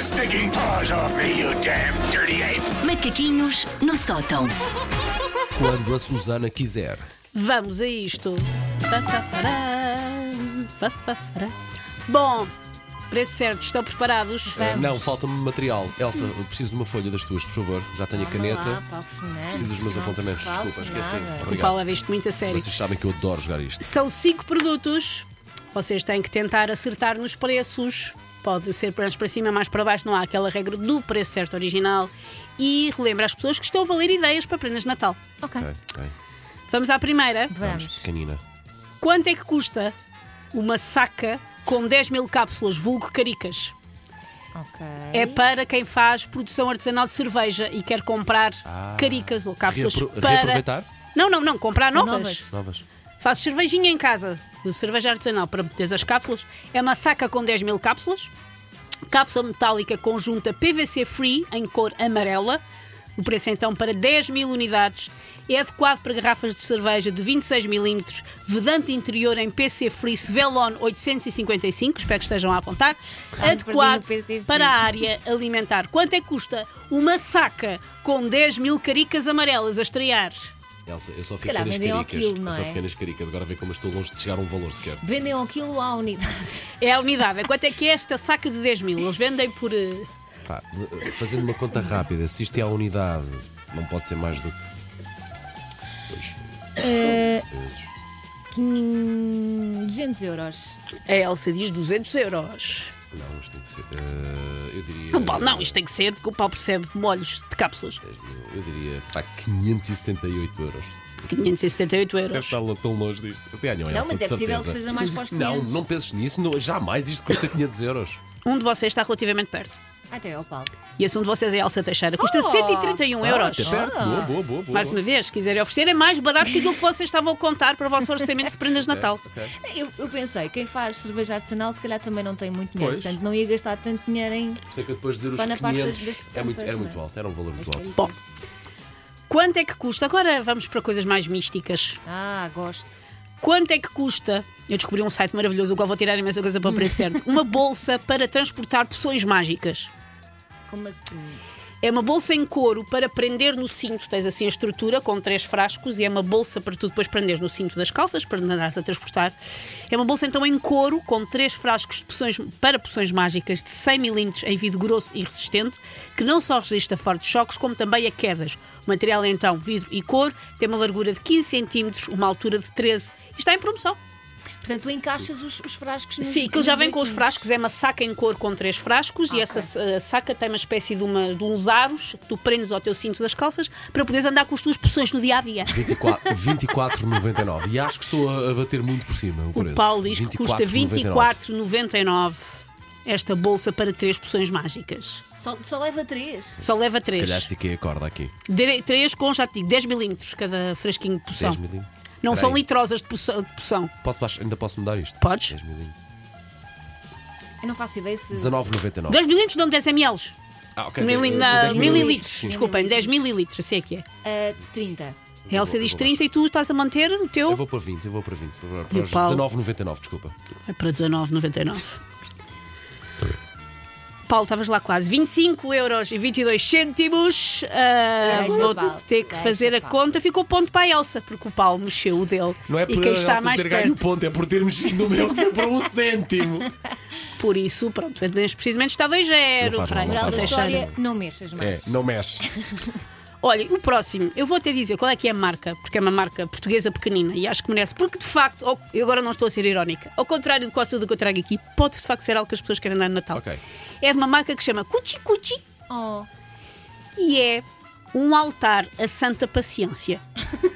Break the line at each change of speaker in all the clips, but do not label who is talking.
stinking paws off me, you damn dirty ape!
Macaquinhos no sótão.
Quando a Susana quiser.
Vamos a isto. Fafafará, fafafará. Bom, preço certo, estão preparados?
Vamos.
Não, falta-me material. Elsa, eu preciso de uma folha das tuas, por favor. Já tenho a caneta. Preciso dos meus apontamentos. Desculpa, esqueci.
O
Obrigado.
Paulo leva é isto muito a sério.
Vocês sabem que eu adoro jogar isto.
São cinco produtos. Vocês têm que tentar acertar nos preços. Pode ser mais para cima, mais para baixo. Não há aquela regra do preço certo original. E relembra às pessoas que estão a valer ideias para prendas de Natal.
Ok,
Ok, ok.
Vamos à primeira.
Vamos,
vamos.
pequenina.
Quanto é que custa uma saca com 10 mil cápsulas, vulgo caricas?
Ok.
É para quem faz produção artesanal de cerveja e quer comprar caricas ou cápsulas
Ah. reapro-
para...
reaproveitar?
Não, não, não, comprar
São
novas.
novas.
Novas.
Fazes cervejinha em casa, de cerveja artesanal para meter as cápsulas. É uma saca com 10 mil cápsulas. Cápsula metálica conjunta PVC Free em cor amarela. O preço é então para 10 mil unidades. É adequado para garrafas de cerveja de 26mm, vedante interior em PC Free Svelon 855, espero que estejam a apontar.
perdi
adequado
no PC
para a
Free.
área alimentar. Quanto é que custa uma saca com 10 mil caricas amarelas a estrear?
Elsa, eu só
Se
fiquei
calhar
nas
vendem ao
caricas.
quilo, não
eu só
é?
fiquei nas caricas. Agora vê como eu estou longe de chegar a um valor sequer.
Vendem ao quilo ou à unidade.
É a unidade. Quanto é que é esta saca de 10 mil? Eles vendem por. eh,
Pá, eh, fazendo uma conta rápida, se isto é a unidade, não pode ser mais do que. Dois
Eh,
vezes.
Quin- 200 euros.
A Elsa diz 200 euros.
Não, isto tem que ser. eh, eu diria.
Não, Paulo, não, isto tem que ser, porque o Paulo percebe molhos de cápsulas.
Eu diria, pá, 578 euros.
578
Deve
euros.
estar lá tão longe disto. Ganham,
Não, mas é possível que seja mais para os
Não,
500.
não penses nisso, não, jamais isto custa 500 euros.
Um de vocês está relativamente perto.
Até ao Paulo.
E esse um de vocês é a Elsa Teixeira. Custa 131 euros.
Ah, até perto. Boa, boa, boa. boa.
Mais uma vez, se quiserem oferecer, é mais barato que aquilo que vocês estavam a contar para o vosso orçamento de prendas de Natal.
Eu, eu pensei, quem faz cerveja artesanal se calhar também não tem muito dinheiro,
Pois.
portanto não ia gastar tanto dinheiro em.
Sei é que eu depois de dizer
Só
os
na parte das-
500
das
é muito, era
tampas,
muito
não é?
alto, era um valor muito alto.
Bom, quanto é que custa? Agora vamos para coisas mais místicas.
Ah, gosto.
Quanto é que custa? Eu descobri um site maravilhoso do qual vou tirar imensa coisa para o preço certo. Uma bolsa para transportar poções mágicas.
Como assim?
É uma bolsa em couro para prender no cinto. Tens assim a estrutura com três frascos e é uma bolsa para tu depois prenderes no cinto das calças para não andares a transportar. É uma bolsa então em couro com três frascos de poções, para poções mágicas de 100 ml em vidro grosso e resistente que não só resiste a fortes choques como também a quedas. O material é então vidro e couro, tem uma largura de 15 cm, uma altura de 13 e está em promoção.
Portanto, tu encaixas os, os frascos nos
Sim, aquilo já
nos
vem com os
bequinhos.
frascos, é uma saca em cor com três frascos e
Ok.
essa eh, saca tem uma espécie de, uma, de uns aros que tu prendes ao teu cinto das calças para poderes andar com as tuas poções no dia a dia.
24 24,99. E acho que estou a- a bater muito por cima o preço.
O Paulo diz que custa
24,99.
24,99 esta bolsa para três poções mágicas.
Só, só leva três.
Só leva
Se calhar
três.
estiquei a corda aqui.
Dire- Três com, já te digo, 10 milímetros cada frasquinho de poção.
10 milímetros.
Não
Espera
são
aí.
litrosas de poção. de poção.
Posso baixar- ainda posso mudar isto?
Podes.
10 milímetros.
Eu não faço ideia se.
19,99.
10 milímetros dão 10 ml.
Ah, ok.
Mili-
dez-
na-
dez
mililitros.
Sim.
Desculpem, 10 mililitros, sei que é.
Ah, 30.
A Elsa
vou-
diz
eu vou
30 e tu estás a manter o teu.
Eu vou para 20, eu vou para 20. Para, para
Então? E o
os
Paulo?
19,99, desculpa.
É para 19,99. Paulo, estavas lá quase. 25 euros e 22 cêntimos. Ah,
Deixa,
vou
Paulo,
ter que
deixa,
fazer a
Paulo.
conta. Ficou ponto para a Elsa, porque o Paulo mexeu o dele.
Não é
e
por
quem está
Elsa
mais
ter ganho o
perto.
ponto, é por ter mexido o meu que foi para um cêntimo.
Por isso, pronto, é neste precisamente estava em
Não
zero.
faz
para a
mal, não
Elsa
Moral da
faz
Teixeira.
mal.
história, não mexas mais.
É, não mexe.
Olha, o próximo, eu vou até dizer qual é que é a marca, porque é uma marca portuguesa pequenina e acho que merece, porque de facto, ao- eu agora não estou a ser irónica, ao contrário de quase tudo o que eu trago aqui, pode de facto ser algo que as pessoas querem dar no Natal.
Ok.
É de uma marca que se chama Cuchi Cuchi.
Oh,
e é um altar a Santa Paciência.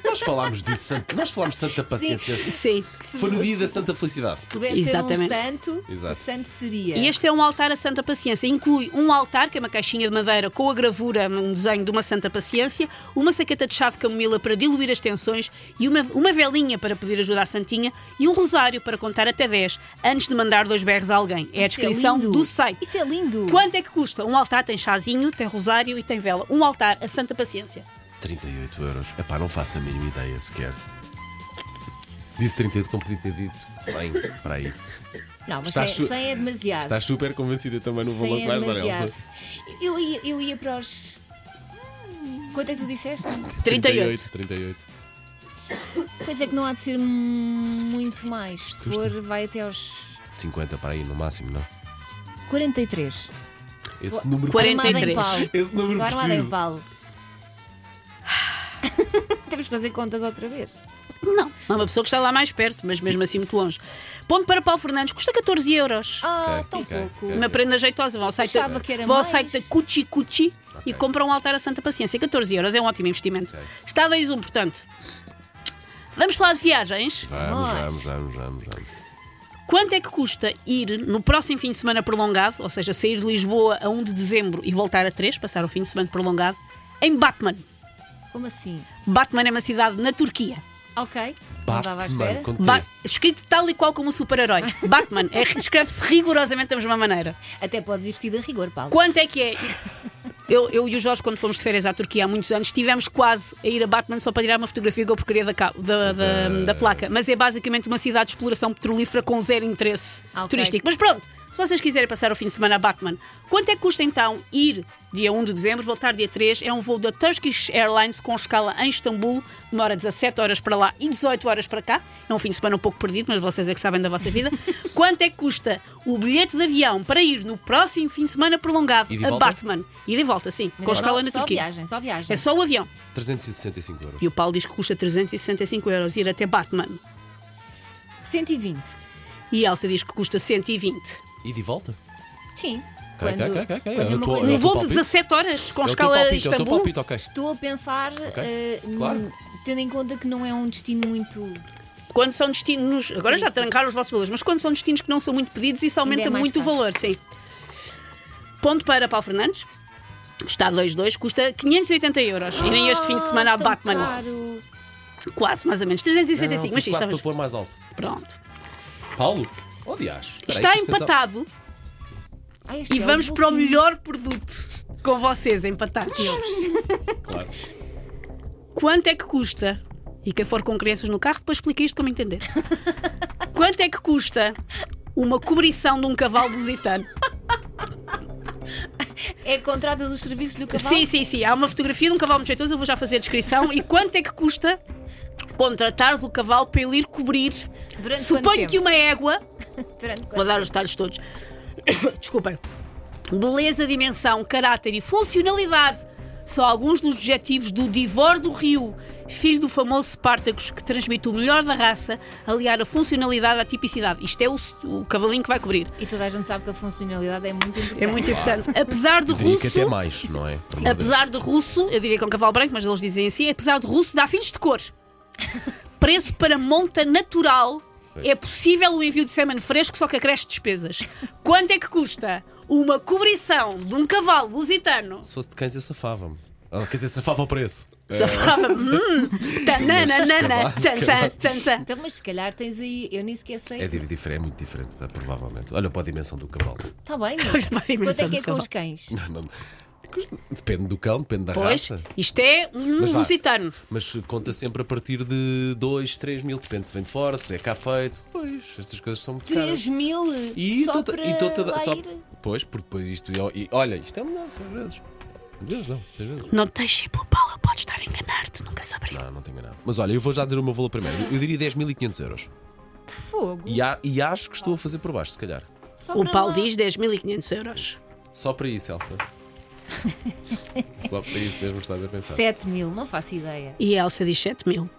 Nós falámos de Santa, nós falámos de Santa Paciência.
Sim.
Foi no dia da Santa Felicidade.
pudesse
Exatamente.
ser um santo,
Exato.
que santo seria.
E este é um altar a Santa Paciência. Inclui um altar, que é uma caixinha de madeira com a gravura, um desenho de uma Santa Paciência, uma saqueta de chá de camomila para diluir as tensões e uma, uma velinha para pedir ajuda à Santinha e um rosário para contar até 10 antes de mandar dois berros a alguém. É a
Isso
descrição
lindo.
do site.
Isso é lindo.
Quanto é que custa? Um altar tem chazinho, tem rosário e tem vela. Um altar a Santa Paciência.
38 euros. Epá, não faço a mínima ideia sequer. Disse 38, como podia ter dito 100. Para aí.
Não, mas
Estás
cem-
su-
100 é
Ah,
demasiado.
Estás super convencida também no
100
valor que
é
vais dar,
demasiado.
Elsa.
Eu ia, eu ia para os. Hum, Quanto é que tu disseste?
38.
38.
Pois é que não há de ser hum, muito mais. Se for, vai até aos
50 para aí, no máximo, não?
43.
Esse número
43.
Armada em pau.
Esse número
Estou armada
preciso.
em pau. Temos que fazer contas outra vez.
Há é uma pessoa que está lá mais perto, mas mesmo assim muito longe. Ponto para Paulo Fernandes, custa 14 euros.
Ah,
Ok,
tão
ok,
pouco.
ok.
Uma prenda jeitosa. Vão ao site,
Achava
da,
que era
vão ao
mais.
site da Cuchi Cuchi e compram um altar à Santa Paciência. 14 euros é um ótimo investimento.
Ok.
Está 2 1, portanto. Vamos falar de viagens.
Vamos,
Nós.
vamos, vamos, vamos, vamos.
Quanto é que custa ir no próximo fim de semana prolongado, ou seja, sair de Lisboa a 1 de dezembro e voltar a 3, passar o fim de semana prolongado, em Batman?
Como assim?
Batman é uma cidade na Turquia.
Ok. Não estava à espera.
Batman, com T.
Ba- escrito tal e qual como o super-herói. Batman. É, escreve-se rigorosamente da mesma maneira.
Até podes ir vestido a rigor, Paulo.
Quanto é que é? Eu, eu e o Jorge, quando fomos de férias à Turquia há muitos anos, tivemos quase a ir a Batman só para tirar uma fotografia com a porcaria da, ca- da, da- da placa. Mas é basicamente uma cidade de exploração petrolífera com zero interesse
Ah, ok.
turístico. Mas pronto, se vocês quiserem passar o fim de semana a Batman, quanto é que custa então ir dia 1 de dezembro, voltar dia 3? É um voo da Turkish Airlines com escala em Istambul, demora 17 horas para lá e 18 horas para cá. É um fim de semana um pouco perdido, mas vocês é que sabem da vossa vida. quanto é que custa o bilhete de avião para ir no próximo fim de semana prolongado
E de
a
volta? é
Batman? E de volta, sim,
Mas
com
só-
escala na
só
Turquia.
viagem, só viagem.
É só o avião.
365 euros.
E o Paulo diz que custa 365 euros ir até Batman.
120.
E a Elsa diz que custa 120.
E de volta?
Sim.
Ok,
Quando,
ok, ok, ok.
quando é
Eu
uma
tô-
coisa
eu
Um
É o tô- teu
voo de
palpite?
17 horas com
é o teu
escala
palpite, é o teu
Istambul.
palpite, ok.
Estou a pensar, eh, num-
claro.
tendo em conta que não é um destino muito.
Quando são destinos. Agora já
Turístico.
trancaram os vossos valores, mas quando são destinos que não são muito pedidos, isso aumenta
é mais
muito o
caro.
valor, sim. Ponto para Paulo Fernandes. Está 2-2, custa 580 euros. Irem este fim de semana
Ah,
a
tão
Batman.
caro.
Quase, mais ou menos.
Não, não,
365,
tive
mas sim,
quase
estamos.
para pôr mais alto.
Pronto.
Paulo, onde acho?
Está empatado
Ah, este
e
é
vamos para o
último.
melhor produto com vocês empatados.
Claro.
Quanto é que custa? E quem for com crianças no carro, depois explica isto como entender. Quanto é que custa uma cobrição de um cavalo lusitano?
É que contratas os serviços do cavalo?
Sim, sim, sim. Há uma fotografia de um cavalo muito jeitoso, eu vou já fazer a descrição. E quanto é que custa contratar o cavalo para ele ir cobrir?
Durante quanto
Suponho
tempo?
que uma égua.
Durante quanto
Vou dar os detalhes todos. Desculpem. Beleza, dimensão, caráter e funcionalidade são alguns dos adjetivos do Divor do Rio, filho do famoso Spartacus, que transmite o melhor da raça, aliar a funcionalidade à tipicidade. Isto é o, o cavalinho que vai cobrir.
E toda a gente sabe que a funcionalidade é muito importante.
É muito importante. Apesar do
Diria que até
russo.
mais, não é? Por amor de
Apesar de russo, eu diria com cavalo branco, mas eles dizem assim, apesar de russo, dá filhos de cor. Preço para monta natural. É possível o envio de sêmen fresco, só que acresce despesas. Quanto é que custa uma cobrição de um cavalo lusitano?
Se fosse de cães, eu safava-me. Ah, quer dizer, safava o preço.
Safava. Hum. Tananana,
Cavalos,
tan, tan,
cavalos.
tan, tan.
Então, mas se calhar tens aí. Eu nem sequer sei.
É di- diferente, é muito diferente, provavelmente. Olha para a dimensão do cavalo.
Está Tá bem,
Para a
mas quanto
dimensão
é que é
do
com os
cavalo.
cães?
Não- Depende do cão, depende da
Pois,
raça.
isto é um
Mas vá.
lusitano.
Mas conta sempre a partir de 2, 3 mil, depende se vem de fora, se é cá feito. Pois, estas coisas são muito
3
caras.
mil só
tô-
para
tô toda-
lá
só-
ir?
Pois, porque depois isto. E, olha, isto é um lance às vezes. Às vezes não, às vezes.
Não te deixes ir pelo Paulo, pode estar a enganar-te, nunca saberei.
Não, não tenho nada. Mas olha, eu vou já dizer o meu valor primeiro. Eu diria 10.500 euros.
Fogo.
E, a- e acho que estou a fazer por baixo, se calhar.
Só
O
para
Paulo
lá.
diz 10.500 euros.
Só para isso, Elsa. Só para isso mesmo estás a pensar.
7 mil, não faço ideia.
E a Elsa diz 7 mil.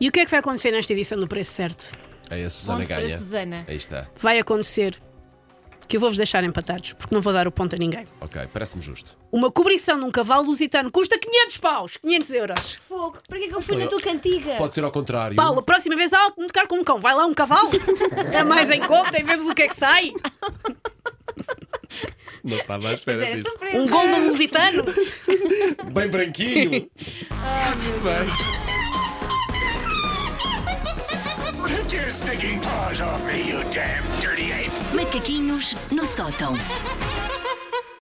E o que é que vai acontecer nesta edição do Preço Certo?
Aí É a Susana
Ponto para
ganha.
Susana.
Aí está.
Vai acontecer que eu vou-vos deixar empatados, porque não vou dar o ponto a ninguém.
Ok, parece-me justo.
Uma cobrição de um cavalo lusitano custa 500 paus, 500 euros.
Fogo, para que é que eu fui na tua cantiga?
Pode ser ao contrário.
Paulo, a próxima vez há de tocar com um cão. Vai lá um cavalo, é mais em conta e vemos o que é que sai.
Não estava à
Mas
espera
era um
disso.
surpresa.
Um golden lusitano.
Bem branquinho.
Take your stinking paws off me, you damn dirty ape!
Macaquinhos no sótão.